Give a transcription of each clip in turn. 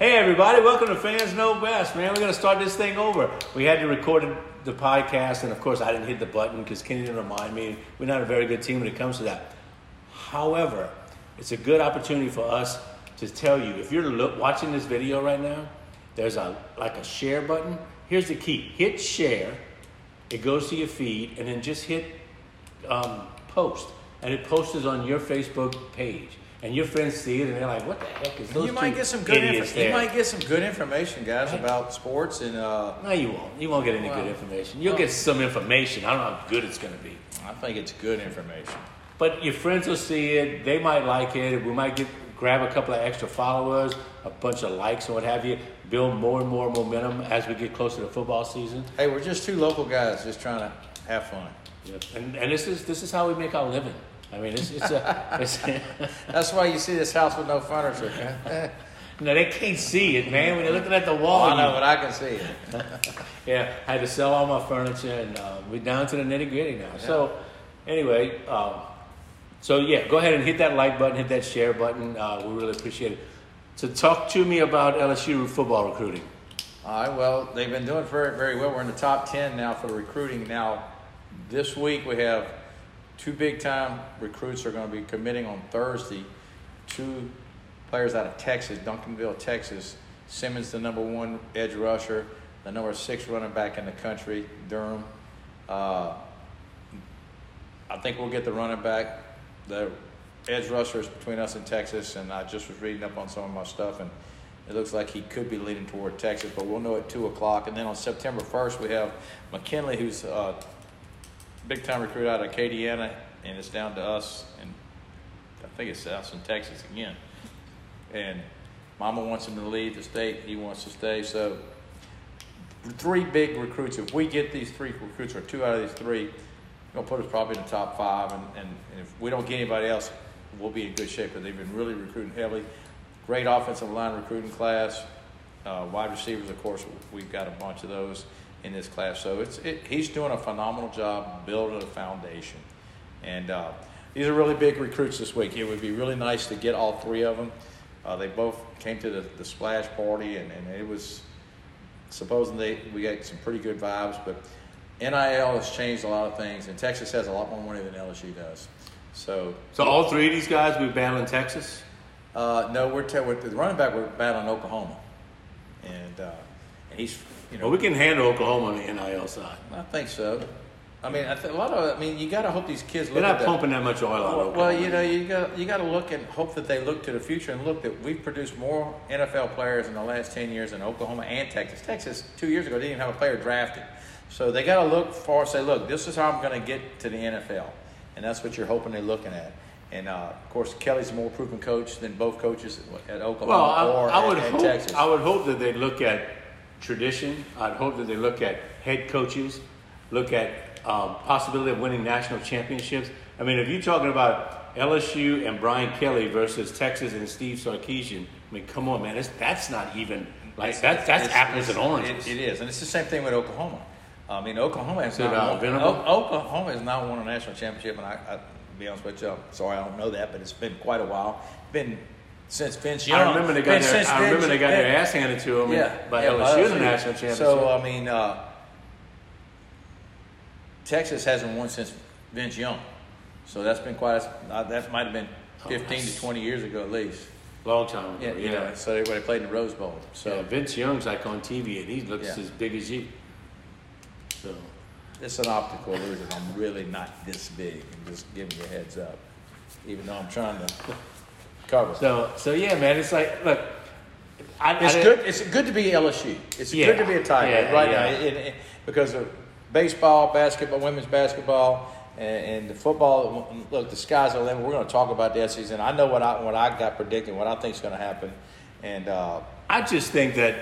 everybody, welcome to Fans Know Best, man. We're going to start this thing over. We had to record the podcast, and of course, I didn't hit the button because Kenny didn't remind me. We're not a very good team when it comes to that. However, it's a good opportunity for us to tell you if you're look, watching this video right now, there's a like a share button. Here's the key hit share, it goes to your feed, and then just hit um, post, and it posts on your Facebook page. And your friends see it, and they're like, "What the heck is those You might two get some good. idiots Inf- you there?" might get some good information, guys, about sports and. Uh, No, you won't. You won't get any good Wow. information. You'll get some information. I don't know how good it's going to be. I think it's good information. But your friends will see it. They might like it. We might get grab a couple of extra followers, a bunch of likes, or what have you. Build more and more momentum as we get closer to football season. Hey, we're just two local guys just trying to have fun. And, and this is this is how we make our living. I mean, it's, it's a. It's, That's why you see this house with no furniture. man. no, they can't see it, man. When you're looking at the wall, Oh, I Oh, you- know, but I can see it. Yeah, I had to sell all my furniture, and uh, we're down to the nitty gritty now. So, anyway, um, so yeah, go ahead and hit that like button, hit that share button. Uh, we really appreciate it. So, talk to me about LSU football recruiting. All right. Well, they've been doing very, very well. We're in the top ten now for recruiting. Now, this week we have two big time recruits are going to be committing on Thursday. Two players out of Texas, Duncanville, Texas. Simmons, the number one edge rusher, the number six running back in the country, Durham. Uh, I think we'll get the running back, the edge rushers between us and Texas. And I just was reading up on some of my stuff, and it looks like he could be leaning toward Texas, but we'll know at 2 o'clock. And then on September 1st, we have McKinley, who's a big time recruit out of Acadiana, and it's down to us, and I think it's us and Texas again. And Mama wants him to leave the state, he wants to stay. So three big recruits. If we get these three recruits or two out of these three, it'll put us probably in the top five. And, and, and if we don't get anybody else, we'll be in good shape. But they've been really recruiting heavily. Great offensive line recruiting class. Uh, wide receivers, of course, we've got a bunch of those in this class. So it's it, he's doing a phenomenal job building a foundation. And uh, these are really big recruits this week. It would be really nice to get all three of them. Uh, they both came to the, the splash party, and, and it was supposing they we got some pretty good vibes, but NIL has changed a lot of things, and Texas has a lot more money than LSU does. So, So, all three of these guys we battling Texas. uh, no, we're, te- we're the running back. We're battling Oklahoma, and uh, and he's you know Well, we can handle Oklahoma on the NIL side. I think so. I mean, I th- a lot of I mean, you got to hope these kids look They're at not that. pumping that much oil on Well, Oklahoma. well, you know, you got you got to look and hope that they look to the future and look that we've produced more NFL players in the last ten years in Oklahoma and Texas. Texas two years ago didn't even have a player drafted, so they got to look for say, look, this is how I'm going to get to the NFL, and that's what you're hoping they're looking at. And uh, of course, Kelly's a more proven coach than both coaches at Oklahoma Well, I, or I would at, at hope, Texas. I would hope that they look at tradition. I'd hope that they look at head coaches, look at um, possibility of winning national championships. I mean, if you're talking about LSU and Brian Kelly versus Texas and Steve Sarkeesian, I mean, come on, man, it's, that's not even like that's that's It's- apples it's- and oranges. It, it is, and it's the same thing with Oklahoma. I mean, Oklahoma has Said, not uh, won, Venable? O- Oklahoma has not won a national championship, and I, I to be honest with you, I'm sorry, I don't know that, but it's been quite a while. Been since Vince Young. I remember they got been their, since I remember Vince- they got their Ben- ass handed to them yeah, by yeah, uh, LSU in the national championship. So I mean, uh, Texas hasn't won since Vince Young, so that's been quite. A, uh, that might have been Oh, fifteen that's- to twenty years ago at least. Long time ago, Yeah, yeah. you know, so they, they played in the Rose Bowl. So. yeah, Vince Young's like on TV and he looks Yeah. as big as you. So. It's an optical illusion. I'm really not this big. I'm just giving you a heads up, even though I'm trying to cover. So, so yeah, man, it's like, look, I, I It's didn't- good. It's good to be LSU. It's good to be Yeah, a Tiger yeah, right yeah. now it, it, because of baseball, basketball, women's basketball, and, and the football. Look, the sky's the limit. We're going to talk about that season. I know what I what I got predicting, what I think's going to happen, and uh, I just think that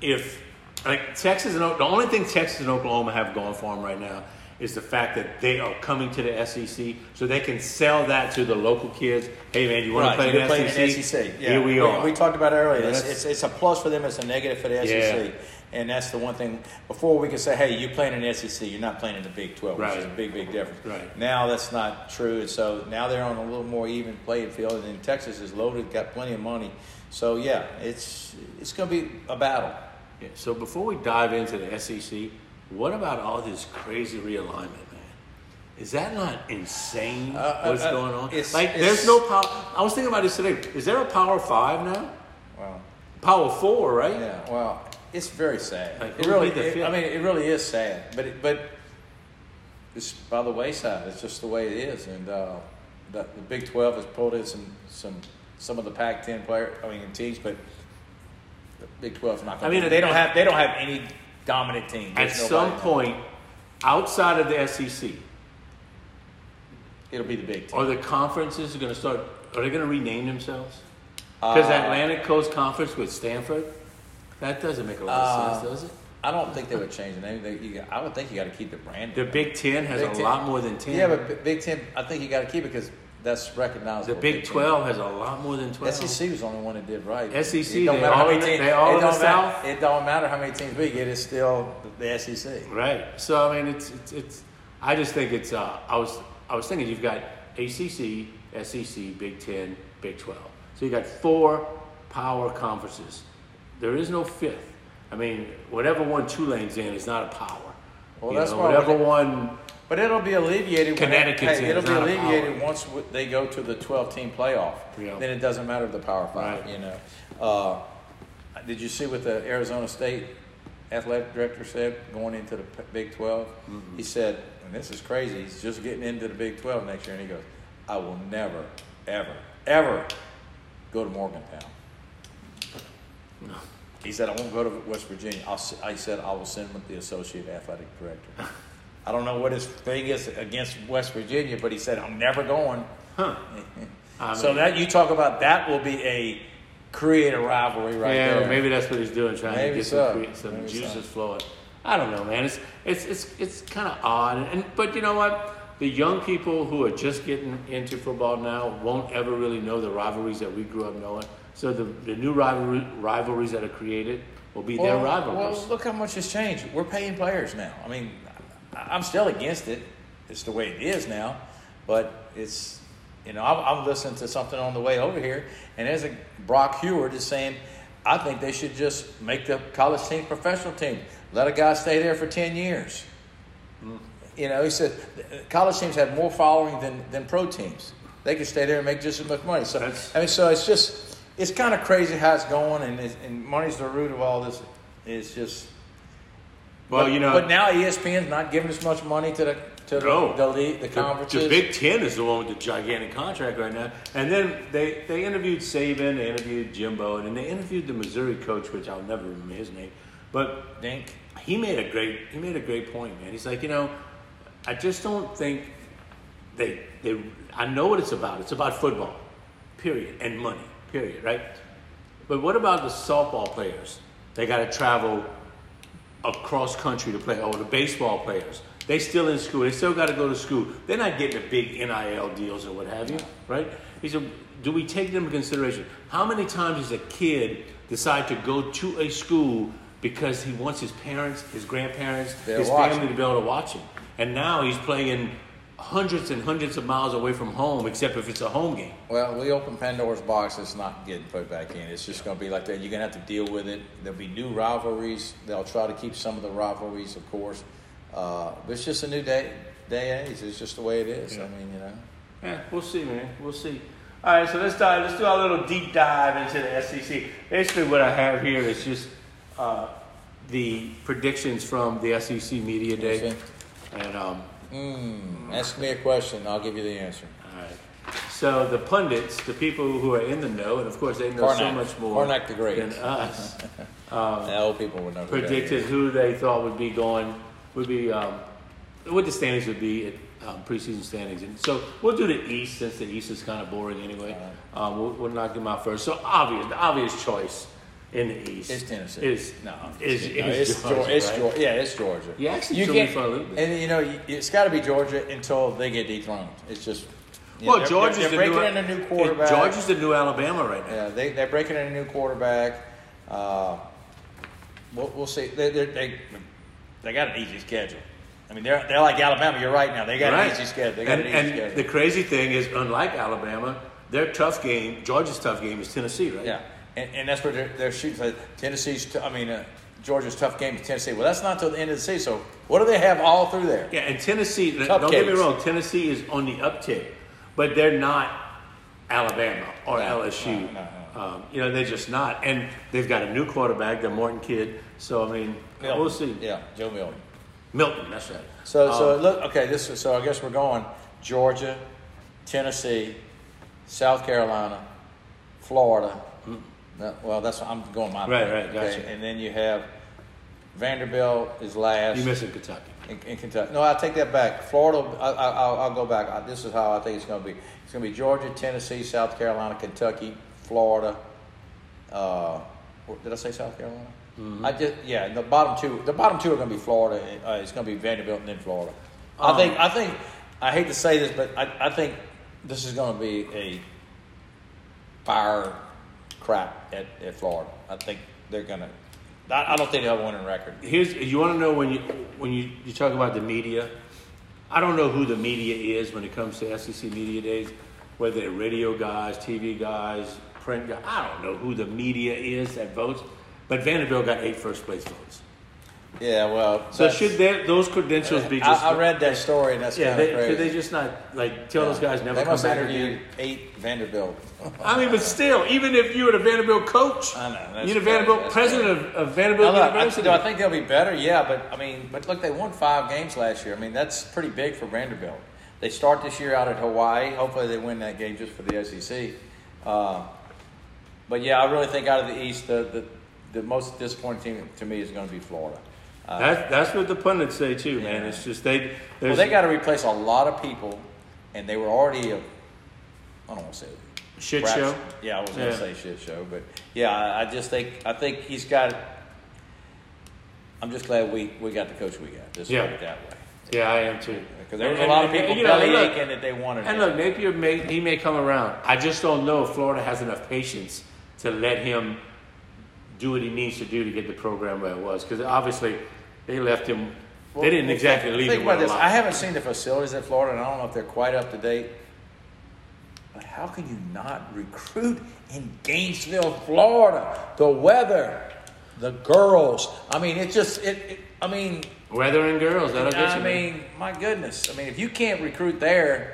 if like Texas and O- the only thing Texas and Oklahoma have going for them right now is the fact that they are coming to the SEC, so they can sell that to the local kids. Hey, man, you want Right, to play you're in playing the in SEC? SEC. Yeah. Here we are. We, talked about it earlier. Yeah, it's, that's- it's, it's a plus for them. It's a negative for the SEC. And that's the one thing. Before we could say, hey, you playing in the SEC, you're not playing in the Big 12, which is a Right. big, big difference. Right. Now that's not true. And so now they're on a little more even playing field. And then Texas is loaded, got plenty of money. So yeah, it's it's going to be a battle. Yeah, so before we dive into the SEC, what about all this crazy realignment, man? Is that not insane? Uh, uh, what's uh, going on? it's- like, it's- there's no power. I was thinking about this today. Is there a power five now? Wow. Power four, right? Yeah, well, it's very sad. Like, it who really, made that it- fit? I mean, it really is sad. But it, but it's by the wayside. It's just the way it is. And uh, the, the Big Twelve has pulled in some some some of the Pac-10 player, I mean, teams, but the Big 12's not. I Gonna mean, they at- don't have they don't have any dominant team. At There's nobody some now. point, outside of the SEC, it'll be the Big 10 are the conferences going to start? Are they going to rename themselves? Because Uh, Atlantic Coast Conference with Stanford, that doesn't make a lot of Uh, sense, does it? I don't think they would change the name. They, you, got- I would think you got to keep the brand. The Big Ten has Big a Ten. lot more than ten. yeah, but B- Big Ten. I think you got to keep it because that's recognizable. the Big 10. Twelve has a lot more than twelve. SEC E was the only one that did right. SEC, It don't E they matter how all many in the- teams- they all it in the don't matter- South? It don't matter how many teams we get; it's still the E SEC. Right. So I mean, it's it's, it's I just think it's. Uh, I was I was thinking you've got ACC, SEC, E Big Ten, Big Twelve. So you got four power conferences. There is no fifth. I mean, whatever one Tulane's in is not a power. Well, You that's know, why we whatever did- one. But it'll be alleviated. when- Connecticut's hey, in, it'll it's be not a alleviated power. once w- they go to the twelve-team playoff. Yeah. Then it doesn't matter the Power Five. Right. You know. Uh, did you see what the Arizona State athletic director said going into the P- Big 12 Mm-hmm. He said, and this is crazy. He's just getting into the Big Twelve next year, and he goes, "I will never, ever, ever go to Morgantown." He said, I won't go to West Virginia. I'll, s- I said, I will send with the associate athletic director. I don't know what his thing is against West Virginia, but he said, I'm never going. Huh. I so mean- that you talk about that will be a create a rivalry right yeah, there. maybe that's what he's doing, trying uh, Maybe to get so. some, cre- some Maybe so. juices flowing. I don't know, man. It's it's it's it's kind of odd, and, but you know what? The young people who are just getting into football now won't ever really know the rivalries that we grew up knowing. So the, the new rivalry, rivalries that are created will be their rivalries. Well, look how much has changed. We're paying players now. I mean, I- I'm still against it. It's the way it is now, but it's you know I'm, I'm listening to something on the way over here, and there's a Brock Heward is saying, I think they should just make the college team professional team. Let a guy stay there for ten years. You know, he said uh, college teams have more following than, than pro teams. They can stay there and make just as much money. So That's- I mean, so it's just it's kind of crazy how it's going, and it's, and money's the root of all this. It's just Well, but, you know- But now E ESPN's not giving as much money to the to No. the the, league, the The- conferences. The Big Ten is the one with the gigantic contract right now. And then they, they interviewed Saban, they interviewed Jimbo, and then they interviewed the Missouri coach, which I'll never remember his name. But Dink. he made a great he made a great point, man. He's like, you know, I just don't think they they I know what it's about. It's about football, period, and money, period, right? But what about the softball players? They got to travel across country to play. Or the baseball players, they still in school. They still got to go to school. They're not getting the big NIL deals or what have you, right? He said, do we take them into consideration? How many times does a kid decide to go to a school because he wants his parents, his grandparents, They're his watching. family to be able to watch him? And now he's playing hundreds and hundreds of miles away from home, except if it's a home game. Well, we open Pandora's box. It's not getting put back in. It's just going to be like that. You're going to have to deal with it. There'll be new rivalries. They'll try to keep some of the rivalries, of course. Uh, but it's just a new day, day and age. It's just the way it is. I mean, you know. Yeah, Eh, we'll see, man. We'll see. All right, so let's dive. Let's do our little deep dive into the SEC. Basically, what I have here is just uh, the predictions from the SEC media day, Okay. and um, Ask me a question. I'll give you the answer. all right. So the pundits, the people who are in the know, and of course they know so Karnak. much more Karnak the Great. than us, The old people would know. who that Uh, predicted is. who they thought would be going, would be um, what the standings would be at um, preseason standings. And so we'll do the East since the East is kind of boring anyway. Um, we'll, we'll knock them out first. So obvious, the obvious choice in the East It's Tennessee. Is no, I'm is, just is, kidding. No, it's Georgia, Geor- it's right? Geor- Yeah, it's Georgia. You actually you threw me can't, for a loop there. and you know you- it's got to be Georgia until they get dethroned. It's just you know, Well, they're- Georgia's they're, the breaking new, in a new it- quarterback. Georgia's the new Alabama right now. Yeah, they, they're breaking in a new quarterback. Uh, we'll, we'll see. They, they, they, they got an easy schedule. I mean, they're, they're like Alabama. You're right now. They got Right. an easy schedule. They got and, an easy and schedule. the crazy thing is, unlike Alabama, their tough game, Georgia's tough game, is Tennessee, right? Yeah, and, and that's what they're, they're shooting. for. Tennessee's, t- I mean, uh, Georgia's tough game is Tennessee. Well, that's not till the end of the season. So what do they have all through there? Yeah, and Tennessee. Don't get me Cupcakes. wrong. Tennessee is on the uptick, but they're not Alabama or LSU. no, no, Um, you know, they're just not. And they've got a new quarterback, the Morton kid. So I mean, Milton. we'll see. Yeah, Joe Milton. Milton, that's right. So Um, so look, okay. This is, so I guess we're going Georgia, Tennessee, South Carolina, Florida. No, well, that's I'm going my Hmm. Right, way, right, gotcha. And then you have Vanderbilt is last. You missing Kentucky? In, in Kentucky. No, I take that back. Florida, I, I, I'll, I'll go back. I, this is how I think it's going to be. It's going to be Georgia, Tennessee, South Carolina, Kentucky, Florida. Uh, wh- did I say South Carolina? I did. Yeah, the bottom two. The bottom two are going to be Florida. and, Uh, it's going to be Vanderbilt and then Florida. I think. I think. I hate to say this, but I, I think this is going to be a fire crap at, at Florida. I think they're going to. I, I don't think they'll have a winning record. Here's you want to know when you when you, you talk about the media. I don't know who the media is when it comes to SEC media days, whether they're radio guys, TV guys, print guys. I don't know who the media is that votes, but Vanderbilt got eight first place votes. Yeah. Well. So that's- should their, those credentials be just? I, I read that story, and that's yeah, kind of they, crazy. could they just not like tell those guys never They come must back interview again? eight Vanderbilt. I mean, but still, even if you were the Vanderbilt coach, I know, that's you're the crazy, Vanderbilt that's president of, of Vanderbilt Now, look, I, University. do I think they'll be better? Yeah, but I mean, but look, they won five games last year. I mean, that's pretty big for Vanderbilt. They start this year out at Hawaii. Hopefully, they win that game just for the SEC. Uh, but yeah, I really think out of the East, the the, the most disappointing team to me is going to be Florida. that's, that's what the pundits say too, man. Yeah. It's just they. Well, there's- they got to replace a lot of people, and they were already. A, I don't want to say it. shit Perhaps- show. Yeah, I was gonna Yeah. say shit show, but yeah, I, I just think I think he's got. I'm just glad we, we got the coach we got. Just Yeah. put it that way, Yeah, I am too. because there was And- a lot of and- people and, you know, belly look- aching that they wanted. And it. look, Napier may he may come around. I just don't know if Florida has enough patience to let him do what he needs to do to get the program where it was. Because obviously, they left him. they didn't Well, exactly leave Think him with about a this. lot. I haven't seen the facilities at Florida, and I don't know if they're quite up to date. But how can you not recruit in Gainesville, Florida? The weather, the girls. I mean, it just it. it I mean, Weather and girls, that'll get I you. man. mean, my goodness. I mean, if you can't recruit there,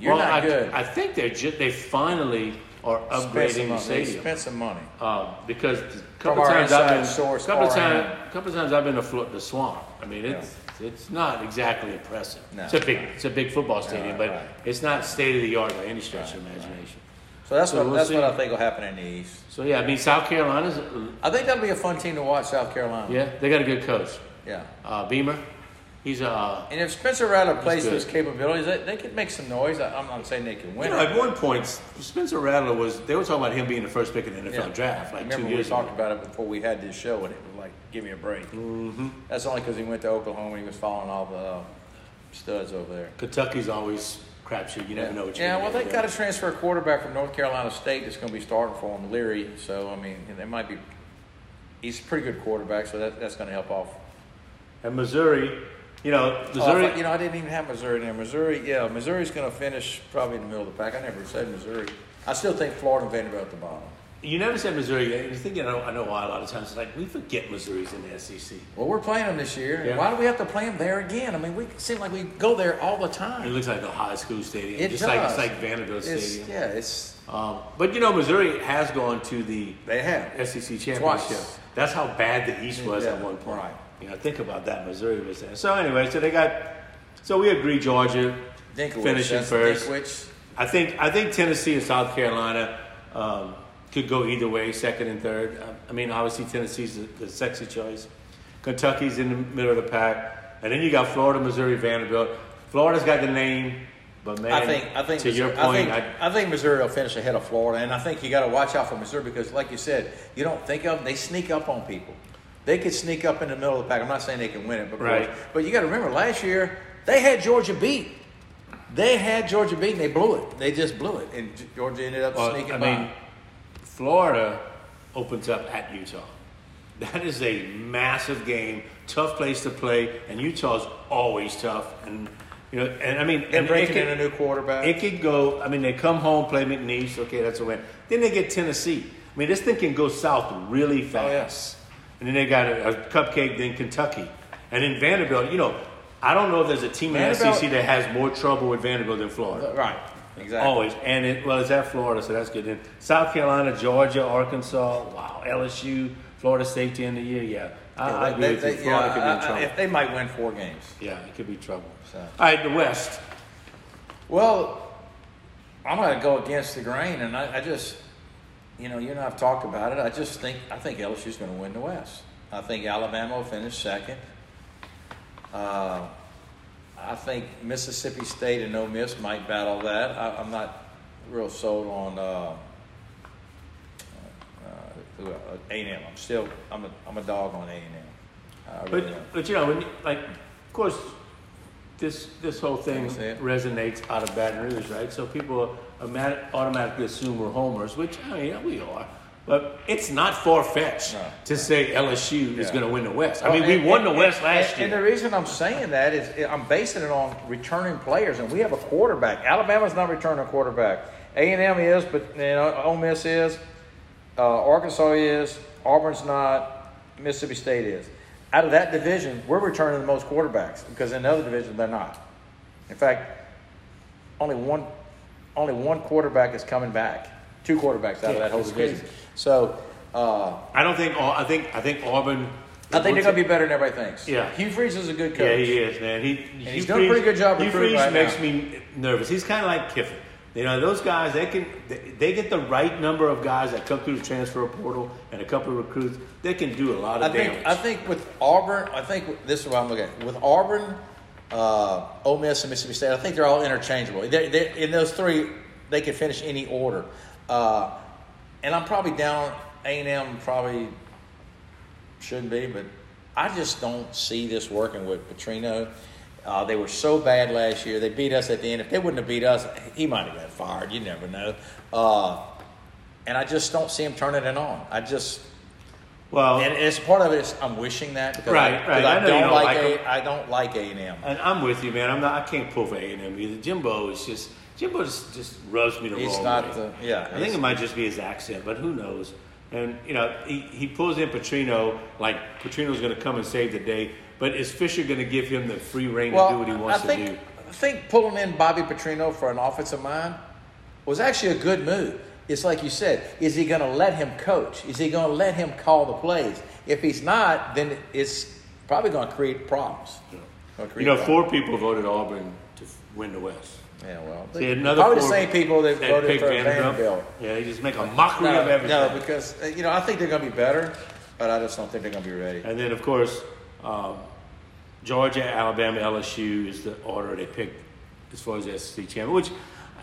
you're Well, not I, good. I think they're just, they finally are Spend some upgrading the money. stadium. Spend some money. Um, because a couple our times I've inside been, source, couple R&M. times, couple times I've been to Flo- the swamp. I mean, it's it's not exactly impressive. No. it's a big it's a big football stadium, but right. it's not state of the art by any stretch of imagination. So that's So what we'll that's what see. I think will happen in the East. So yeah, I mean South Carolina's I think that'll be a fun team to watch. South Carolina. yeah they got a good coach, Yeah. uh, Beamer. He's uh, And if Spencer Rattler plays good. those capabilities, they, they could make some noise. I, I'm not saying they can you win. know it. at one point Spencer Rattler was they were talking about him being the first pick in the NFL Yeah. draft I like two remember years we talked ago. about it before we had this show, and it was like, give me a break. Mm-hmm. That's only because he went to Oklahoma and he was following all the uh, studs over there. Kentucky's always crapshoot. You never know what you're yeah, gonna well, get they with got them. a transfer quarterback from North Carolina State that's going to be starting for him, Leary. So, I mean, they might be. He's a pretty good quarterback, so that, that's going to help off. and Missouri. You know, Oh, I Missouri. thought- you know, I didn't even have Missouri there. Missouri, yeah, Missouri's going to finish probably in the middle of the pack. I never said Missouri. I still think Florida and Vanderbilt at the bottom. You never said Missouri. yet. You think I know, I know why a lot of times it's like we forget Missouri's in the E SEC. Well, we're playing them this year. Yeah. Why do we have to play them there again? I mean, we it seems like we go there all the It time. looks like a high school stadium, It just like it's does. like Vanderbilt It's- Stadium. yeah, it's Um, but you know, Missouri has gone to the they have. SEC championship. Twice. That's how bad the East was at Yeah, one point. right. You know, think about that. Missouri was there. So anyway, so they got. So we agree, Georgia Dinklage, finishing that's first. Dinklage. I think I think Tennessee and South Carolina um, could go either way, second and third. I- I mean, obviously Tennessee's the, the sexy choice. Kentucky's in the middle of the pack, and then you got Florida, Missouri, Vanderbilt. Florida's got the name, but man, I think I think to your point, I think, I, I think Missouri will finish ahead of Florida, and I think you got to watch out for Missouri because, like you said, you don't think of them; they sneak up on people. They could sneak up in the middle of the pack. I'm not saying they can win it, but Right. but you got to remember last year they had Georgia beat. They had Georgia beat, and they blew it. They just blew it, and uh, Georgia ended up well, sneaking I by. mean, Florida opens up at Utah. That is a massive game, tough place to play, and Utah's always tough. And you know, and I mean, And it breaking could- in a new quarterback. It could go. I mean, they come home, play McNeese. Okay, that's a win. Then they get Tennessee. I mean, this thing can go south Oh, really fast. yes. And then they got a, a cupcake, then Kentucky, and then Vanderbilt. You know, I don't know if there's a team in Vanderbilt- the SEC that has more trouble with Vanderbilt than Florida. right. Exactly. Always. And it well, it's at Florida, so that's good. Then South Carolina, Georgia, Arkansas. Wow, LSU, Florida State to end the year. Yeah, I, I agree They- with you. they- Florida yeah, could be in I- I- trouble. if they might win four games. yeah, it could be trouble. So. All right, the West. Well, I'm going to go against the grain, and I, I just, you know, you and I have talked about it. I just think I think LSU's going to win the West. I think Alabama will finish second. Uh, I think Mississippi State and No Miss might battle that. I, I'm not real sold on. Uh, uh, uh, A&M. I'm still. I'm a. I'm a dog on A&M. I really am. But but you know, when you, like, of course, this this whole thing Say it. resonates out of Baton Rouge, right? So people automat- automatically assume we're homers, which I mean, yeah, we are. But it's not far fetched No, to say LSU is Yeah. going to win the West. I Well, mean, we and- won the and- West and- last and, year. the reason I'm saying that is I'm basing it on returning players, and we have a quarterback. Alabama's not returning a quarterback. A and M is, but you know, Ole Miss is. Uh, Arkansas is. Auburn's not. Mississippi State is. Out of that division, we're returning the most quarterbacks because in the other division they're not. In fact, only one, only one quarterback is coming back. Two quarterbacks Yeah, out of that whole that's division. crazy. So. Uh, I don't think. Au- I think. I think Auburn. I think they're going to be better than everybody thinks. Yeah. Hugh Freeze is a good coach. Yeah, he is, man. He, Hugh he's doing a pretty good job Hugh recruiting Freeze right makes now. me nervous. He's kind of like Kiffin. You know, those guys, they can they, they get the right number of guys that come through the transfer portal and a couple of recruits. They can do a lot I of think. damage. I think with Auburn, I think with- this is what I'm looking at. With Auburn, uh, Ole Miss, and Mississippi State, I think they're all interchangeable. They're, they're, in those three, they can finish any order. Uh, and I'm probably down A and M. Probably should be, but I just don't see this working with Petrino. Uh, they were so bad last year. They beat us at the end. If they wouldn't have beat us, he might have got fired. You never know. Uh, and I just don't see him turning it on. I just well, and and, it's part of it. Is I'm wishing that because Uh-huh. Right, I, right. because I I, know you don't don't like like A- 'em. I don't like A and M. I'm with you, man. I'm not. I can't pull for A and M either. Jimbo is just Jimbo just, just rubs me the He's wrong not way. the- yeah, I think he's- it might just be his accent, but who knows? And you know, he, he pulls in Petrino like Petrino's going to come and save the day. But is Fisher going to give him the free reign to do what he wants I think to do? I think pulling in Bobby Petrino for an offensive mind was actually a good move. It's like you said, is he going to let him coach? Is he going to let him call the plays? If he's not, then it's probably going to create problems. Gonna You create know, problems. four people voted Auburn to f- win the West. Yeah, well, See, another probably the four same people that voted picked for Vanderbilt. Yeah, they just make a mockery of No, everything. no, because uh, you know I think they're going to be better, but I just don't think they're going to be ready. And then, of course, um, Georgia, Alabama, LSU is the order they picked as far as the SEC champion. Which,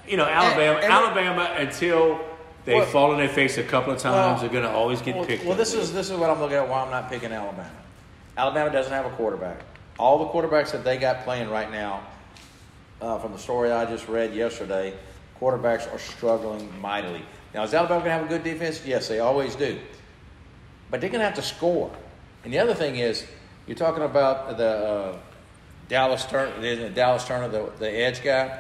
you know, Alabama, and- Alabama until they Well- fall on their face a couple of times, Well- they're going to always get Well, picked. well that this way. is this is what I'm looking at. Why I'm not picking Alabama. Alabama doesn't have a quarterback. All the quarterbacks that they got playing right now, uh, from the story I just read yesterday, quarterbacks are struggling mightily. Now, is Alabama going to have a good defense? Yes, they always do. But they're going to have to score. And the other thing is, you're talking about the uh, Dallas Turner, the Dallas Turner, the, the edge guy.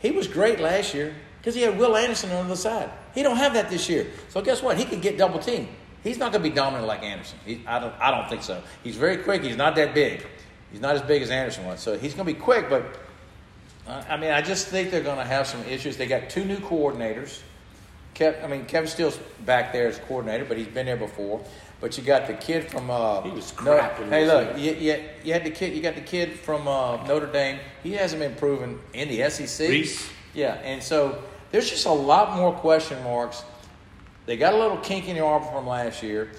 He was great last year because he had Will Anderson on the side. He don't have that this year. So guess what? He can get double teamed. He's not going to be dominant like Anderson. He, I don't. I don't think so. He's very quick. He's not that big. He's not as big as Anderson was. So he's going to be quick, but uh, I mean, I just think they're going to have some issues. They got two new coordinators. Kev, I mean, Kevin Steele's back there as coordinator, but he's been there before. But you got the kid from uh, He was No- crap when he hey, was look, there. you, you, you had the kid. You got the kid from uh, Notre Dame. He hasn't been proven in the SEC. Reese. Yeah, and so there's just a lot more question marks. They got a little kink in the armor from last year.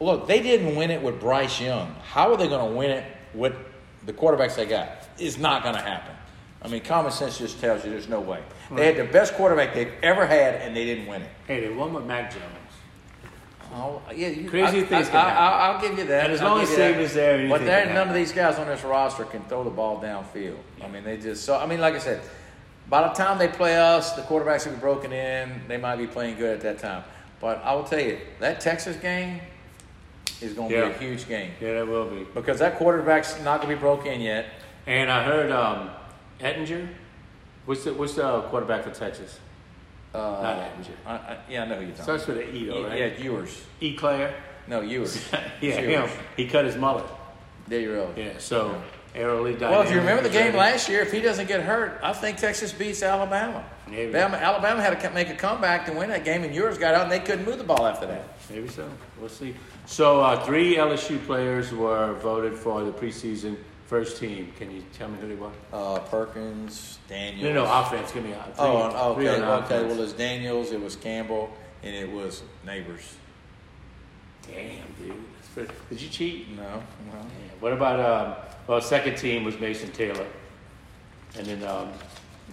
Look, they didn't win it with Bryce Young. How are they going to win it with the quarterbacks they got? It's not going to happen. I mean, common sense just tells you there's no way. They had the best quarterback they've ever had, and they didn't win it. hey, they won with Mac Jones. Oh, yeah, you, Crazy I, things I, can happen. I, will give you that. And as I'll long give as you that. Saban's there, anything but there, can none of these guys on this roster can throw the ball downfield. I mean, they just so. I mean, like I said, by the time they play us, the quarterbacks will be broken in. They might be playing good at that time. But I will tell you that Texas game, is going to Yeah. be a huge game Yeah, that will be. because that quarterback's not going to be broke in yet. And I heard um, Ettinger. What's the what's the uh, quarterback for Texas? Uh, Not Ettinger. I, I, yeah, I know who you're talking. Starts with an E though, about. right? Yeah, Ewers. E. Claire. No, Ewers. Yeah, Ewers. him. He cut his mullet. There you go. Yeah, so Errol Lee died. Well, if you remember the game last year, if he doesn't get hurt, I think Texas beats Alabama. Maybe. Alabama, Alabama had to co- make a comeback to win that game, and yours got out, and they couldn't move the ball after that. Maybe so. We'll see. So uh, three LSU players were voted for the preseason first team. Can you tell me who they were? Uh, Perkins, Daniels. No, no, offense. Give me offense. Oh, and- oh, three okay, on okay. offense. Well, it's Daniels, it was Campbell, and it was Neighbors. Damn, dude. That's pretty- Did you cheat? No, well, Yeah. What about um, well, second team was Mason Taylor, and then um,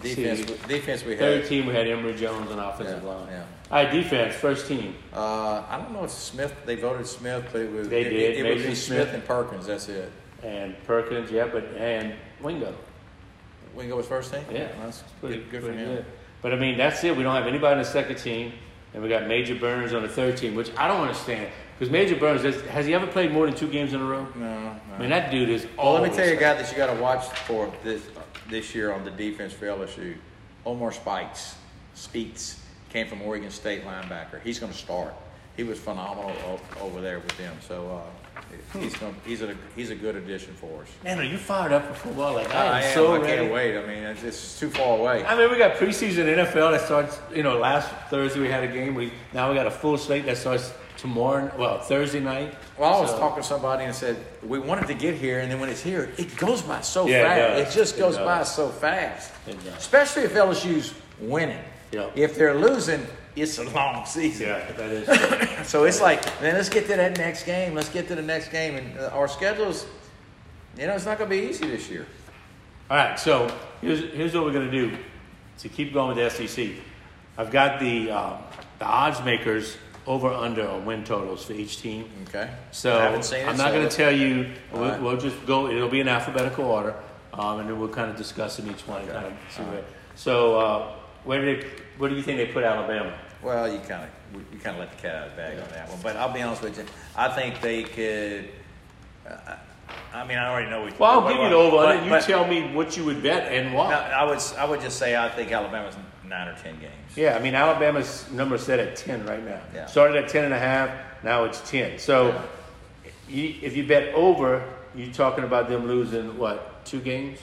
defense. see, Defense we third had. team we had Emory Jones on offensive Yeah, line. yeah. All right, defense first team. Uh, I don't know if Smith. They voted Smith, but it was They it, did, It, it would Mason be Smith Smith. and Perkins. That's it. And Perkins, yeah, but and Wingo, We can go with first team. yeah, that's pretty good, good for pretty him. good. But I mean, that's it. We don't have anybody on the second team, and we got Major Burns on the third team, which I don't understand because Major Burns has, has he ever played more than two games in a row? No, no. I mean, that dude is. Well, let me always tell you a hurt. guy that you got to watch for this this year on the defense for LSU. Omar Spikes, Speets came from Oregon State linebacker. He's going to start. He was phenomenal o- over there with them. So uh, he's going he's a he's a good addition for us. Man, are you fired up for football? Like I, am, I am. so I ready. can't wait. I mean, it's, it's too far away. I mean, we got preseason NFL that starts, you know, last Thursday we had a game. We Now we got a full slate that starts tomorrow, well, Thursday night. Well, I was So- talking to somebody and said we wanted to get here, and then when it's here, it goes by so Yeah, it fast. does. It, just It goes does. by so fast. It does. Especially if LSU's winning. Yeah. If they're losing, it's a long season. Yeah, that is. So it's like, man, let's get to that next game. Let's get to the next game, and uh, our schedules. You know, it's not going to be easy this year. All right, so here's, here's what we're going to do to keep going with the SEC. I've got the, um, the odds makers over under on win totals for each team. Okay. So I haven't seen it, I'm not so- going to tell you. All We'll, right. we'll just go. It'll be in alphabetical order, um, and then we'll kind of discuss them each one. and Kind of see where. So uh, where did they, where do you think they put Alabama? Well, you kind of you kind of let the cat out of the bag on that one, but I'll be honest with you. I think they could. Uh, I mean, I already know. We, Well, I'll give you the over but- and you but- tell me what you would bet and why. No, I would I would just say I think Alabama's nine or ten games. Yeah, I mean Alabama's number set at ten right now. Yeah. Started at ten and a half, now it's ten. So, you, if you bet over, you're talking about them losing what two games,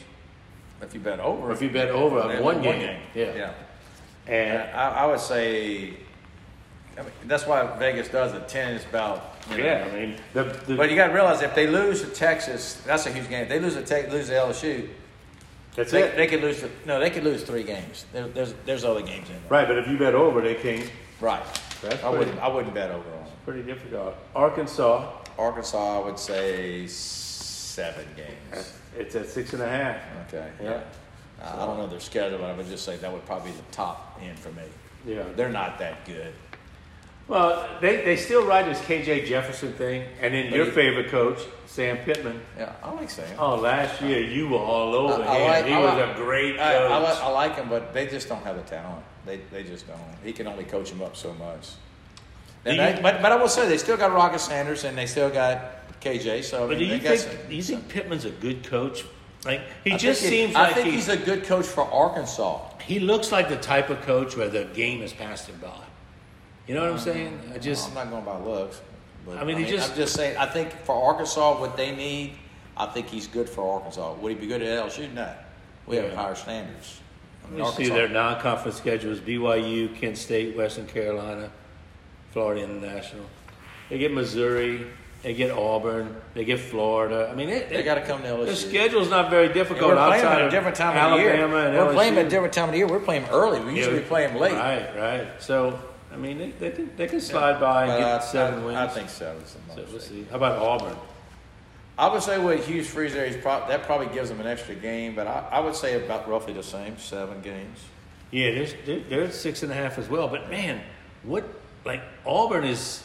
If you bet over, or if you bet over then one, game. yeah. And And I, I would say, I mean, that's why Vegas does it. Ten is about you know, yeah, I mean the, the But you got to realize if they lose to Texas, that's a huge game. If they lose to Tech, lose to LSU, that's they, it. they could lose. To, no, they could lose three games. There, there's there's other games in there. Right, but if you bet over, they can't. Right. That's I wouldn't pretty- I wouldn't bet over on them. Pretty difficult. Arkansas, Arkansas. I would say seven games. it's at six and a half. Okay. Uh, Yeah, I I don't know their schedule, but I would just say that would probably be the top end for me. yeah. They're not that good. Well, they, they still ride this KJ Jefferson thing, and then your he- favorite coach, Sam Pittman. Yeah, I like Sam. Oh, last year you were all Uh, over him. he was a great coach. I, I, like, I like him, but they just don't have the talent. They, they just don't. He can only coach him up so much. Do you- And they- but, but I will say they still got Rocket Sanders and they still got KJ. So I but mean, do they you got think some- do you think Pittman's a good coach? Like he I just think seems I like think he, he's a good coach for Arkansas. he looks like the type of coach where the game is passed him by. You know what Mm-hmm. I'm saying? I just I'm not going by looks. But, I mean, he just- I'm just saying. I think for Arkansas, what they need, I think he's good for Arkansas. Would he be good at LSU? No. We have Yeah. higher standards. I mean, You see their non-conference schedules: BYU, Kent State, Western Carolina, Florida International. They get Missouri. They get Auburn. They get Florida. I mean, it, They gotta come to The LSU. schedule's not very And difficult we're playing outside at a of different time of the year. Alabama and We're playing at a LSU. different time of the year. We're playing early. We usually Yeah, play them late. Right, right. So I mean, they they can, they can slide by and But get I- seven I, wins. I think so. is So the most we'll they- see. How about Auburn? I would say with Hughes Freezer, he's prob- that probably gives them an extra game, but I, I would say about roughly the same, seven games. Yeah, there's there- there's six and a half as well. But man, what like Auburn is?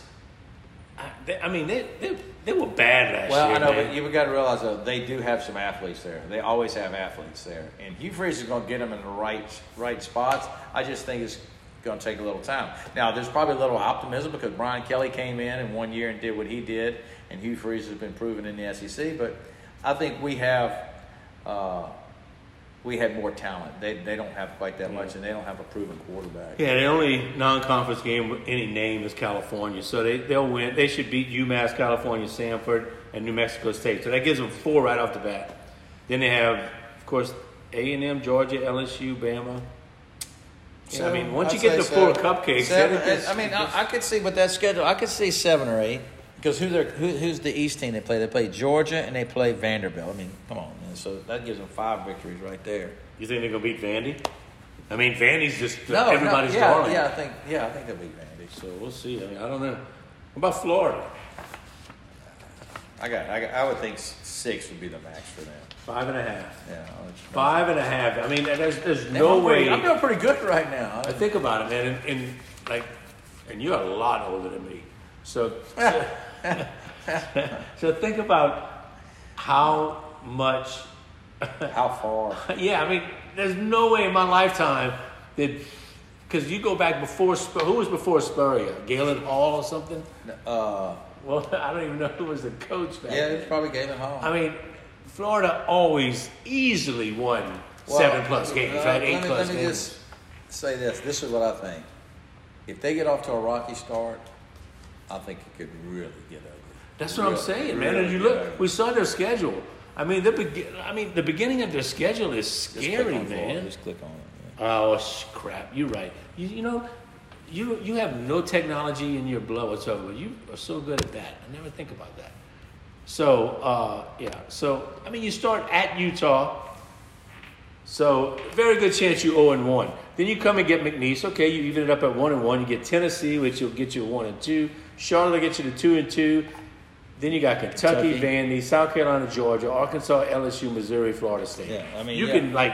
I, they, I mean, they, they they were bad last Well, year. I know, man. but you've got to realize though, they do have some athletes there. They always have athletes there, and Hugh Freeze is going to get them in the right right spots. I just think it's going to take a little time. Now, there's probably a little optimism because Brian Kelly came in in one year and did what he did, and Hugh Freeze has been proven in the SEC. But I think we have uh, we had more talent. They they don't have quite that much, and they don't have a proven quarterback. Yeah, the only non-conference game with any name is California, so they they'll win. They should beat UMass, California, Sanford, and New Mexico State. So that gives them four right off the bat. Then they have, of course, A and M, Georgia, LSU, Bama. Yeah, I mean, once you I'd get the say four so. cupcakes, Seven, then it gets- I mean, I, I could see with that schedule, I could see seven or eight because who they're, who, who's the East team they play? They play Georgia and they play Vanderbilt. I mean, come on, man. So that gives them five victories right there. you think they're gonna beat Vandy? I mean, Vandy's just No, everybody's no, yeah, darling. yeah, I think, yeah, I think they'll beat Vandy. So we'll see. I, mean, I don't know. What about Florida? I got, I got, I would think s- six would be the max for them. Five and a half. Yeah, I would- Five and a half. I mean, there's there's They're no doing pretty- way. I'm doing pretty good right now. I think about it, man, and, and like, and you're a lot older than me, so so, so think about how much. How far? Yeah, I mean, there's no way in my lifetime that because you go back before Spur- who was before Spurrier, Galen Hall or something. Uh, Well, I don't even know who was the coach back. yeah, then. it's probably Galen Hall. I mean, Florida always easily won Well, seven plus games, uh, right? Eight let me, plus let me games. just say this. This is what I think. If they get off to a rocky start, I think it could really get ugly. That's what I'm Really, saying, man. really And you get look, ugly. we saw their schedule. I mean, the begin- I mean, the beginning of their schedule is Just click scary, on Florida. man. Just click on it. Oh sh- crap! You're right. You, you know, you you have no technology in your blood whatsoever. You are so good at that. I never think about that. So uh, yeah. So I mean, you start at Utah. So very good chance you 0 and one. Then you come and get McNeese. Okay, you even it up at one and one. You get Tennessee, which will get you one and two. Charlotte will get you to two and two. Then you got Kentucky, Kentucky. Vandy, South Carolina, Georgia, Arkansas, LSU, Missouri, Florida State. Yeah, I mean, you yeah. can like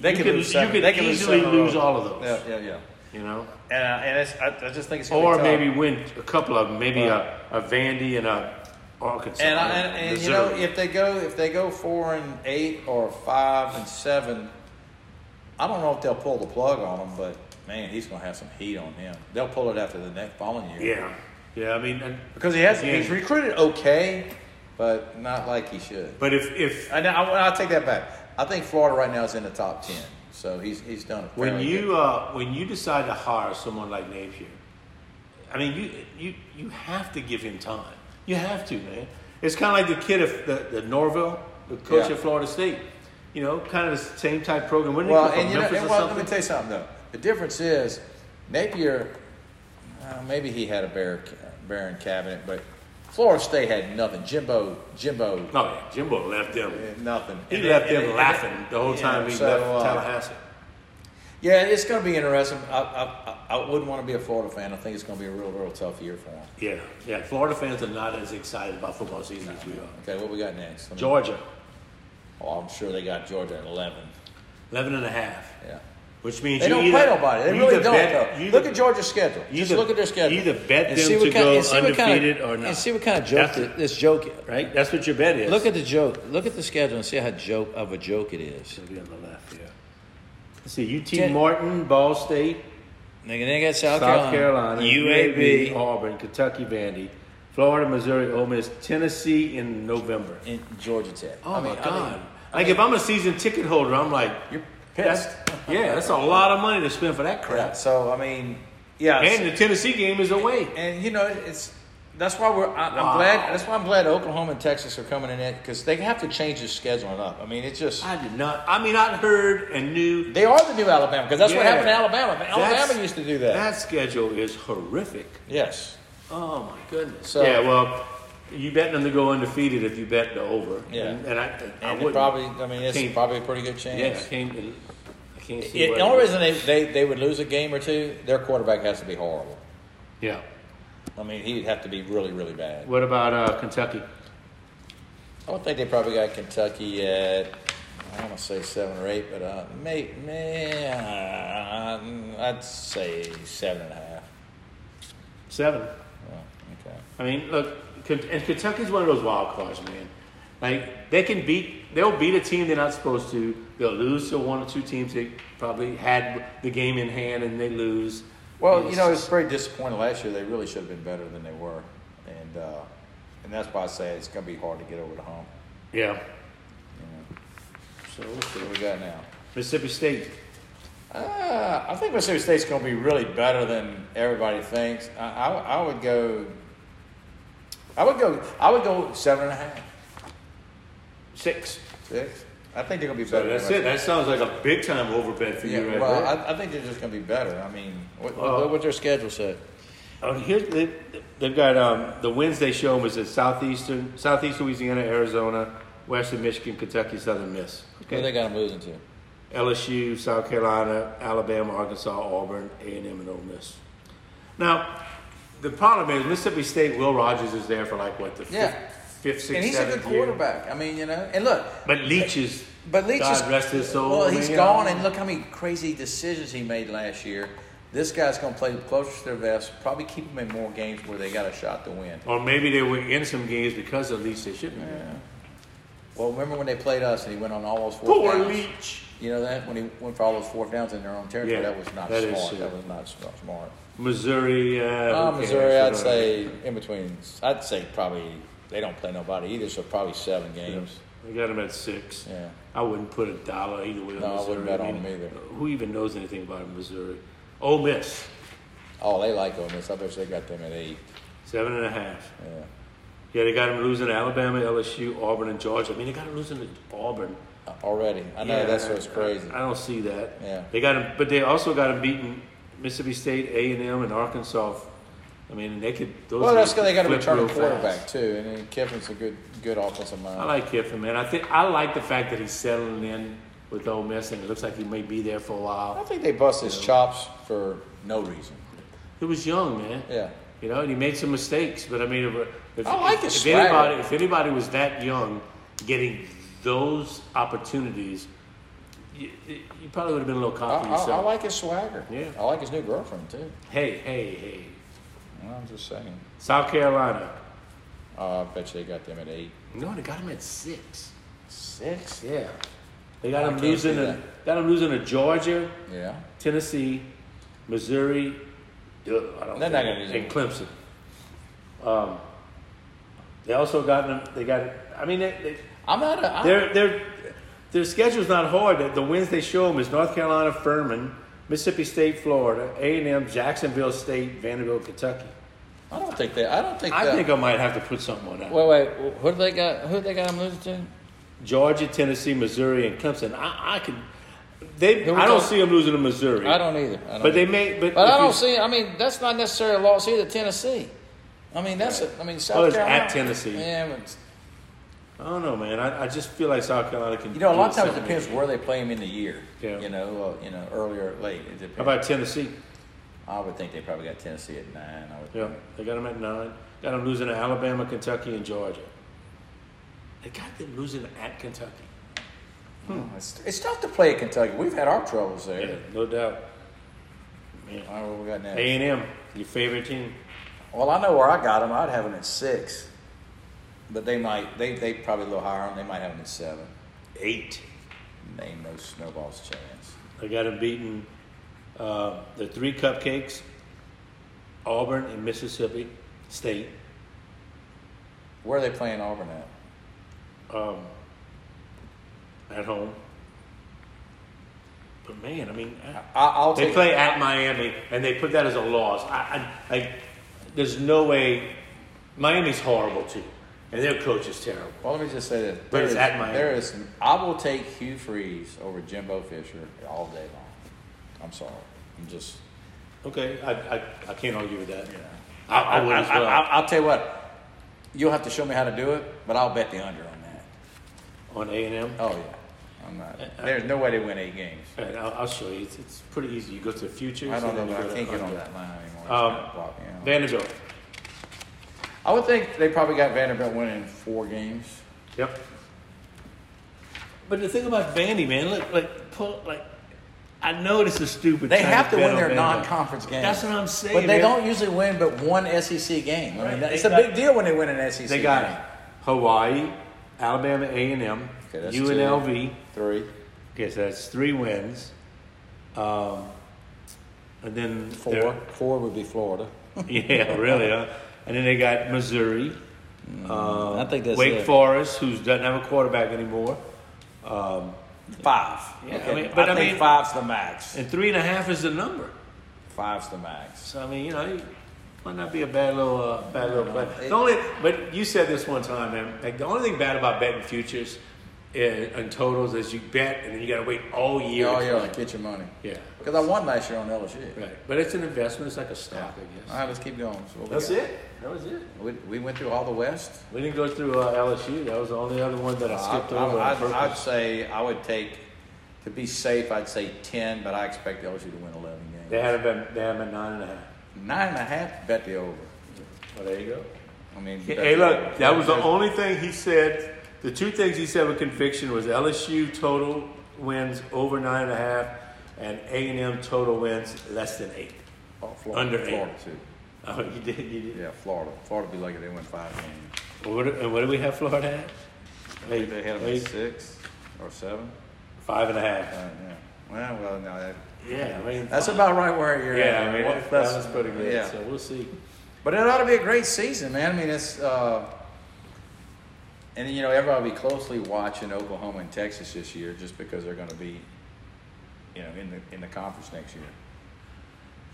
you could- you seven. could easily seven in a lose row. all of those. Yeah, yeah, yeah. you know, And, uh, and it's, I, I just think it's gonna or be tough. maybe win a couple of them, maybe a, a Vandy and a Arkansas. And, I, and, and you know, Missouri. if they go if they go four and eight or five and seven, I don't know if they'll pull the plug on him, but man, he's gonna have some heat on him. They'll pull it after the next following year. yeah, yeah, I mean, and, Because he has Yeah. he's recruited okay, but not like he should. but if if And I, I'll take that back. I think Florida right now is in the top ten, so he's he's done. a when fairly you uh, when you decide to hire someone like Napier, I mean, you you you have to give him time. You have to, man. It's kind of like the kid of the, the Norville, the coach Yeah. at Florida State. You know, kind of the same type program. Wouldn't Well, he come and from you know, Memphis and or well, let me something? tell you something though. The difference is Napier. Uh, maybe he had a bear, barren cabinet, but Florida State had nothing. Jimbo, Jimbo, No, Oh, yeah, Jimbo left them. had nothing. He And- left and- them and- laughing the whole yeah, time he so, left uh, Tallahassee. Yeah, it's going to be interesting. I, I, I I wouldn't want to be a Florida fan. I think it's going to be a real, real tough year for him. Yeah, yeah. Florida fans are not as excited about football season as we are. Okay, what we got next? Let me- Georgia, Oh, I'm sure they got Georgia at 11. 11 and a half, Yeah. which means They you don't either, play nobody. They you really either don't. bet- though. you look either- at Georgia's schedule. you Just either- look at their schedule. you either bet and them see what to kind, go and see what undefeated kind of, or not. And see what kind of joke That's th- this joke is. right? That's what your bet is. Look at the joke. Look at the schedule and see how joke of a joke it is. Maybe on the left, yeah. Let's see, UT Ten- Martin, Ball State, Nigga, they got South, South Carolina, UAB, Auburn, Kentucky, Vandy, Florida, Missouri, Ole Miss, Tennessee in November. and Georgia Tech. Oh I my mean, I god! mean, like if I'm a season ticket holder, I'm like, you're that's, pissed. yeah, that's a lot of money to spend for that crap. Yeah, so I mean, yeah, And the Tennessee game is away. and you know it's that's why we're Wow. I, I'm glad that's why I'm glad Oklahoma and Texas are coming in it because they have to change the scheduling up. I mean, it's just I did not. I mean, I heard and knew they are the new Alabama because that's what Yeah. happened to Alabama. Alabama That's- used to do that. that schedule is horrific. yes. Oh my goodness. So- yeah, well, you bet them to go undefeated if you bet the over. Yeah. and, and I, I And it wouldn't. probably, I mean, it's Can't- probably a pretty good yeah, I chance. can't. I can't see. It- why the only it- reason they, they, they would lose a game or two, their quarterback has to be horrible. Yeah. I mean, he'd have to be really, really bad. What about uh, Kentucky? I would think they probably got Kentucky at I want to say seven or eight, but uh, may, may uh, I'd say seven and a half. Seven. Oh, okay. I mean, look, Ken- and Kentucky's one of those wild cards, man. Like they can beat, they'll beat a team they're not supposed to. They'll lose to one or two teams they probably had the game in hand and they lose. Well, you know, it's very disappointing last year. They really should have been better than they were, and uh, and that's why I say it's going to be hard to get over the hump. yeah. So we'll see what we got now. Mississippi State. Uh, I think Mississippi State's going to be really better than everybody thinks. I, I, I would go. I would go. I would go seven and a half, Six. six. I think they're going to be So better. that's than it. That sounds like a big time overbet for Yeah, you right well, there. I, I think they're just going to be better. I mean, what, what- Well- what their schedule said. Oh, Here they, they've got um, the wins they show them is at southeastern, southeast Louisiana, Arizona, Western Michigan, Kentucky, Southern Miss. Who they got them losing to? LSU, South Carolina, Alabama, Arkansas, Auburn, A and M, and Ole Miss. Now, the problem is Mississippi State. Will Rogers is there for like what the Yeah. fifth, fifth, sixth, and he's a good seventh year. quarterback. I mean, you know. And look, But Leach is. But Leach God is rest his soul. Well, I mean, he's you know. gone, and look how many crazy decisions he made last year. This guy's going to play closer to their vest. Probably keep them in more games where they got a shot to win. Or maybe they were in some games because of Leach. They shouldn't. have been. Well, remember when they played us and he went on all those fourth Poor downs? Leach. You know that when he went for all those fourth downs in their own territory, Yeah, that was not that is smart. true. that was not smart. smart. Missouri. Uh, Uh, who cares? Missouri, I'd You know. say in between. I'd say probably they don't play nobody either, so probably seven games. They got him at six. Yeah. I wouldn't put a dollar either way on No, I Missouri. wouldn't bet on them either. Who even knows anything about Missouri? Ole Miss, Oh, they like Ole Miss. I bet you they got them at eight. seven and a half. Yeah. Yeah, they got him losing to Alabama, LSU, Auburn, and Georgia. I mean, they got him losing to Auburn. Uh, Already, I know Yeah, that's what's crazy. I, I don't see that. Yeah. They got him, but they also got him beating Mississippi State, A and M, and Arkansas. I mean, they could. Those Well, that's because they got games a could flip returning real quarterback fast. too, and then Kiffin's a good, good offensive mind. I like Kiffin, man. I think I like the fact that he's settling in with Ole Miss, and it looks like he may be there for a I while. think they bust his chops for no reason. He was young, man. Yeah, You know, and he made some mistakes, but I mean, if, if, Oh, I like if- his if swagger. anybody, if anybody was that young, getting those opportunities, you, you probably would have been a little I, cocky I, yourself. I like his swagger. Yeah. I like his new girlfriend too. hey, hey, hey, I'm just saying. South Carolina. Uh, I bet you they got them at eight, No, they got him at six. six. Yeah, they got I him can't losing. see To, got him losing to Georgia, Yeah, Tennessee, Missouri. Duh, I don't They're think- not gonna lose and Clemson. Um, they also got them. They got. I mean, they, they, I'm not. A, I'm, Their their their schedule's not hard. The- The wins they show them is North Carolina, Furman, Mississippi State, Florida, A and M, Jacksonville State, Vanderbilt, Kentucky. I don't think they. I don't think. I that, think I might have to put something on that. Wait, wait. Who do they got? Who do they got? I'm losing to. Georgia, Tennessee, Missouri, and Clemson. I, I could. They. Who we I don't talking- see them losing to Missouri. I don't either. I don't But they may. But, But if I you- don't see. I mean, that's not necessarily a loss either. Tennessee. I mean, that's. A, I mean, South Oh, it's at Carolina. Tennessee. Yeah, but I don't know, man. I, I just feel like South Carolina can. You know, a do lot of times it something. depends where they play them in the year. Yeah. You know, uh, you know, earlier or late. It depends. How about Tennessee? I would think they probably got Tennessee at nine. I would Yeah, think. they got them at nine. Got them losing to Alabama, Kentucky, and Georgia. They got them losing at Kentucky. Oh, It's, it's tough to play at Kentucky. We've had our troubles there. Yeah, no doubt. All right, what we got next? A and M, your favorite team. Well, I know where I got them. I'd have them at six, but they might. They they probably a little higher on. They might have them at seven. Eight. Name no snowball's chance. I got them beating uh, the three cupcakes, Auburn and Mississippi State. Where are they playing Auburn at? um, at home. But man, I mean, I- I, I'll they take. play at Miami, and they put that as a loss. I, I, I there's no way. Miami's horrible too, and their coach is terrible. Well, let me just say this. But There it's is- at Miami. There is. I will take Hugh Freeze over Jimbo Fisher all day long. I'm sorry. I'm just. Okay, I, I, I can't argue with that. I, I, I would as well. will tell you what. You'll have to show me how to do it, but I'll bet the under on that. On A and M, Oh yeah. I'm Uh, not. There's no way they win eight games. and I'll, I'll show you. It's, it's pretty easy. You go to the futures. I don't and know. then you But I go to can't get on under. that line anymore. It's Um, kinda blocked me out. Vanderbilt. I would think they probably got Vanderbilt winning four games. Yep. But the thing about Vandy, man, look, like, pull, like, I know this is stupid. They trying have to bet win on their Vanderbilt. non-conference games. That's what I'm saying, But they man. don't usually win but one SEC game. I mean, Right, that- they it's a got- E big deal when they win an SEC. They got game. Hawaii, Alabama A and M, Okay, that's two. UNLV. Three, Okay, so that's three wins. Um, and then four, they're- four would be Florida. yeah, really. Huh? And then they got Missouri. Um, I think that's Wake it. Forest, who doesn't have a quarterback anymore. Um, Five. Yeah, okay. I mean- but I think mean- five's the max. and three and a half is the number. Five's the max. So I mean, you know, it might not be a bad little, uh, bad little play. The only, but you said this one time, man. Like the only thing bad about betting futures and, and totals is you bet and then you got to wait all year. Oh to yeah, collect. get your money. yeah, Because I won last year on LSU. right. But it's an investment. It's like a stock, I All guess. right, let's keep going. So what we That's got? it. That was it. We, we went through all the West. We didn't go through uh, LSU. That was the only other one that I I, skipped over. on I, I'd, purpose. I'd say I would take to be safe. I'd say ten, but I expect LSU to win eleven games. They had them. They had them at nine and a half. Nine and a half bet the over. Well, there you go. I mean, bet Hey, the look, over. that was the only thing he said. The two things he said with conviction was LSU total wins over nine and a half, and A and M total wins less than eight. Oh, Florida, under eight. Florida too. Oh, you did, you did. Yeah, Florida. Florida would be lucky they win five games. Well, what, and what do we have Florida at? I think they had them at Eight. six or seven. Five and a half. Uh, yeah. Well, well, no, that, Yeah, I mean, that's about right where you're yeah, at. I mean, Well, that, that's- that was pretty good. Yeah. So we'll see. But it ought to be a great season, man. I mean, it's uh, and you know everybody will be closely watching Oklahoma and Texas this year, just because they're going to be, you know, in the in the conference next year.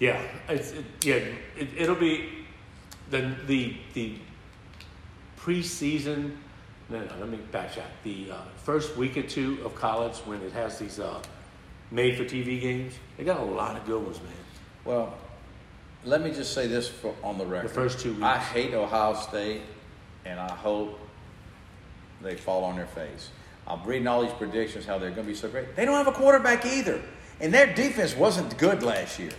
Yeah, it's, it, yeah, it, it'll be the the the preseason. No, no, let me backtrack. The uh, first week or two of college when it has these uh, made-for-TV games, they got a lot of good ones, man. Well, let me just say this for, on the record: first two I weeks. hate Ohio State, and I hope they fall on their face. I'm reading all these predictions how they're going to be so great. They don't have a quarterback either, and their defense wasn't good last year.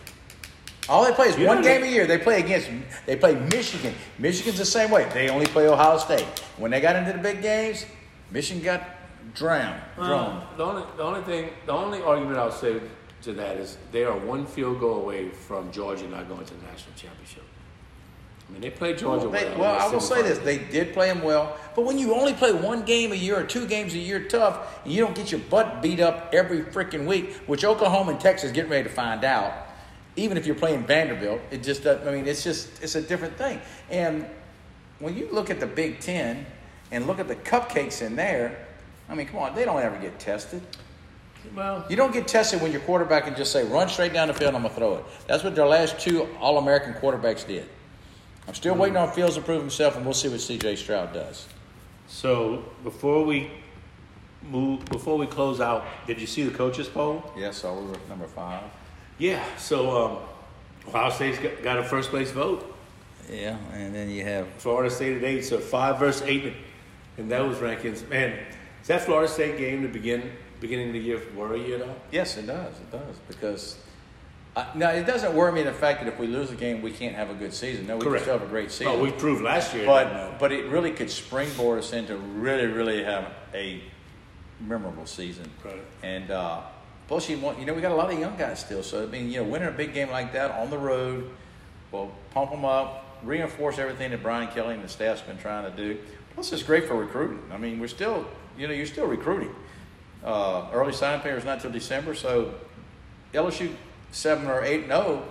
All they play is You one know game that- a year. They play against they play Michigan. Michigan's the same way. They only play Ohio State. When they got into the big games, Michigan got drowned. drowned. Um, the only the only thing the only argument I'll say to that is they are one field goal away from Georgia not going to the national championship. I mean, they played Georgia They- well. in well, the I will say this: semifinals. they did play him well, but when you only play one game a year or two games a year, tough, and you don't get your butt beat up every freaking week, which Oklahoma and Texas getting ready to find out. Even if you're playing Vanderbilt, it just doesn't. I mean, it's just it's a different thing. And when you look at the Big Ten and look at the cupcakes in there, I mean, come on, they don't ever get tested. well, You don't get tested when your quarterback can just say, run straight down the field and I'm going to throw it. That's what their last two All American quarterbacks did. I'm still waiting on Fields to prove himself, and we'll see what CJ Stroud does. So before we move, before we close out, did you see the coaches poll? Yes, so we were number five. Yeah. So um, Ohio State's got, got a first place vote. Yeah, and then you have Florida State at eight. So five versus eight, and those rankings. Man, is that Florida State game to begin beginning of the year worry you at all? Yes, it does. It does. Because, uh, now, it doesn't worry me the fact that if we lose a game, we can't have a good season. No, we Correct. can still have a great season. Oh, we proved last year. but, but it really could springboard us into really, really have a memorable season. Right. And uh, plus, you want you know we got a lot of young guys still. So I mean, you know, winning a big game like that on the road will pump them up, reinforce everything that Brian Kelly and the staff's been trying to do. Plus, it's great for recruiting. I mean, we're still you know you're still recruiting. Uh, early sign period is not till December, so LSU seven or eight and zero.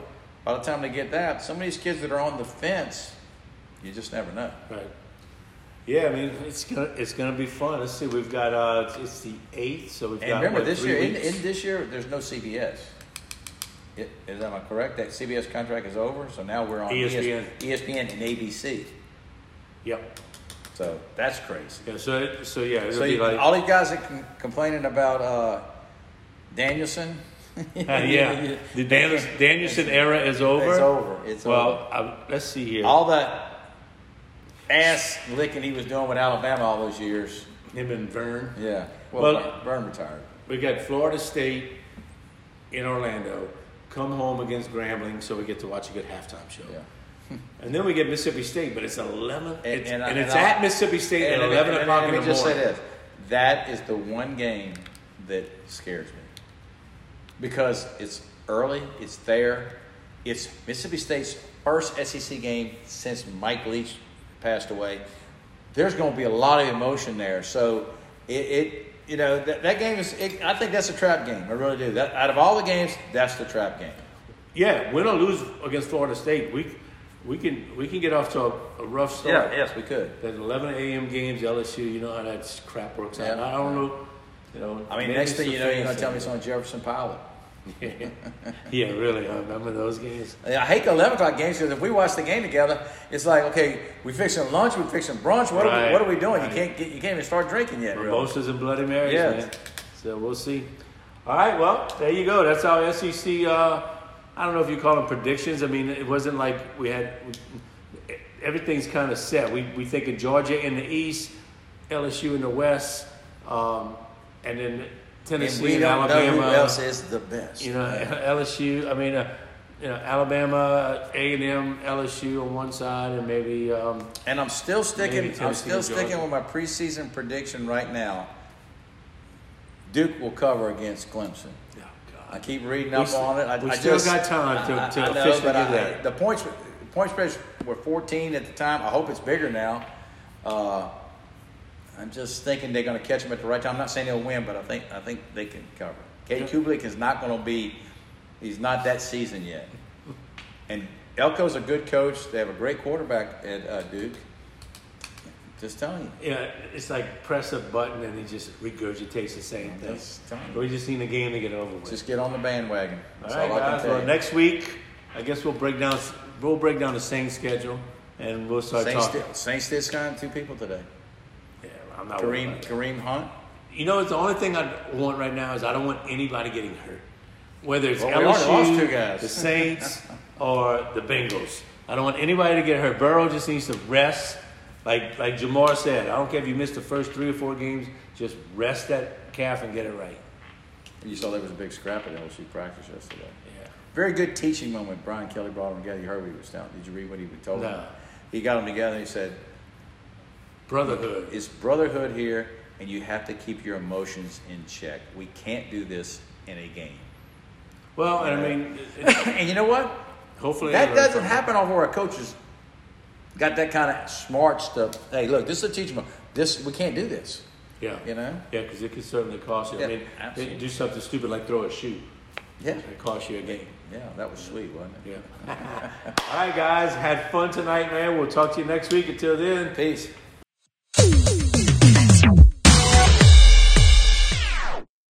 By the time they get that, some of these kids that are on the fence, you just never know. right. Yeah, I mean it's gonna it's gonna be fun. Let's see. We've got uh, it's the eighth, so we've And got remember, what, this three year, in, weeks? in this year, there's no CBS. I- Is am I correct? That CBS contract is over, so now we're on E ESPN, ESPN. ESPN and ABC. yep. So that's crazy. Yeah. So it- so yeah. It'll So be you, like, all these guys that com- complaining about uh, Danielson, Uh, yeah, the Dan- Danielson era is over. It's over. It's over. Well, I, let's see here. all that ass licking he was doing with Alabama all those years. Him and Vern. Yeah. Well, Well- Burn retired. We got Florida State in Orlando. Come home against Grambling, so we get to watch a good halftime show. Yeah. And then we get Mississippi State, but it's eleven. it's- And, and I- it's and I- at Mississippi State at let me- eleven let me- o'clock let in me the just morning. say this: that is the one game that scares me because it's early, it's there, it's E Mississippi State's first SEC game since Mike Leach passed away. there's going to be a lot of emotion there. So it, it you know, that, that game is. It, I think that's a trap game. I really do. That out of all the games, that's the trap game. Yeah, win or lose against Florida State, we we can we can get off to a, a rough start. yes, we could. That 11 a.m. games, LSU. You know how that crap works out. Yeah. I don't know. You know. I mean, maybe next it's thing the you know, you're going fans to tell me it's on Jefferson Pilot. that- yeah, really. I remember those games. I hate the 11 o'clock games because if we watch the game together, it's like, okay, we fixing lunch, we fixing brunch. What, are, Right, we, what are we doing? right. You can't get, you can't even start drinking yet. really. Mimosas and Bloody Marys, Yeah. man. So we'll see. All right, well, there you go. That's our SEC. Uh, I don't know if you call them predictions. I mean, it wasn't like we had everything's kind of set. We we think of Georgia in the East, LSU in the West, um, and then And Tennessee we and don't know Alabama. who else is the best. You know, LSU. I mean, uh, you know, Alabama, A and M, LSU on one side, and maybe um, And I'm still sticking. Maybe I'm Tennessee still or Georgia. sticking with my preseason prediction right now. Duke will cover against Clemson. oh God. I keep reading We up s- on it. I, we I still just, got time to- I- to I know, officially but do I- that. The points, point spreads were 14 at the time. I hope it's bigger now. Uh, I'm just thinking they're going to catch them at the right time. I'm not saying they'll win, but I think I think they can cover. Kate Kublik is not going to be. He's not that season yet. And Elko's a good coach. They have a great quarterback at uh, Duke. Just telling you. Yeah, it's like press a button and he just regurgitates the same thing. That's dumb. We just need a game to get over with. Just get on the bandwagon. all That's right, all I can guys. tell Well, you. next week, I guess we'll break down. We'll break down the same schedule and we'll start Saints, talking. did- Saints did sign two people today. Yeah, I'm not worried Kareem about Kareem Hunt. it. You know, it's the only thing I want right now is I don't want anybody getting hurt. Whether it's Well, we already LSU, lost two guys. the Saints, or the Bengals, I don't want anybody to get hurt. Burrow just needs to rest. Like like Jamar said, I don't care if you missed the first three or four games. Just rest that calf and get it right. You saw there was a big scrap at LSU practice yesterday. Yeah. Very good teaching moment. Brian Kelly brought them together. You heard what he was telling. Did you read what he was told? No. He got them together. and He said, Brotherhood. "It's brotherhood here, and you have to keep your emotions in check. We can't do this in a game." Well, and I mean, and you know what? hopefully That doesn't happen off where our coaches got that kind of smart stuff. Hey, look, this is a teaching moment. This we can't do this. Yeah, You know? Yeah, because it could certainly cost you. Yeah, I mean, they absolutely. do something stupid like throw a shoe. Yeah, It costs you a game. yeah, that was sweet, wasn't it? Yeah. All right, guys, had fun tonight, man. We'll talk to you next week. Until then, Peace.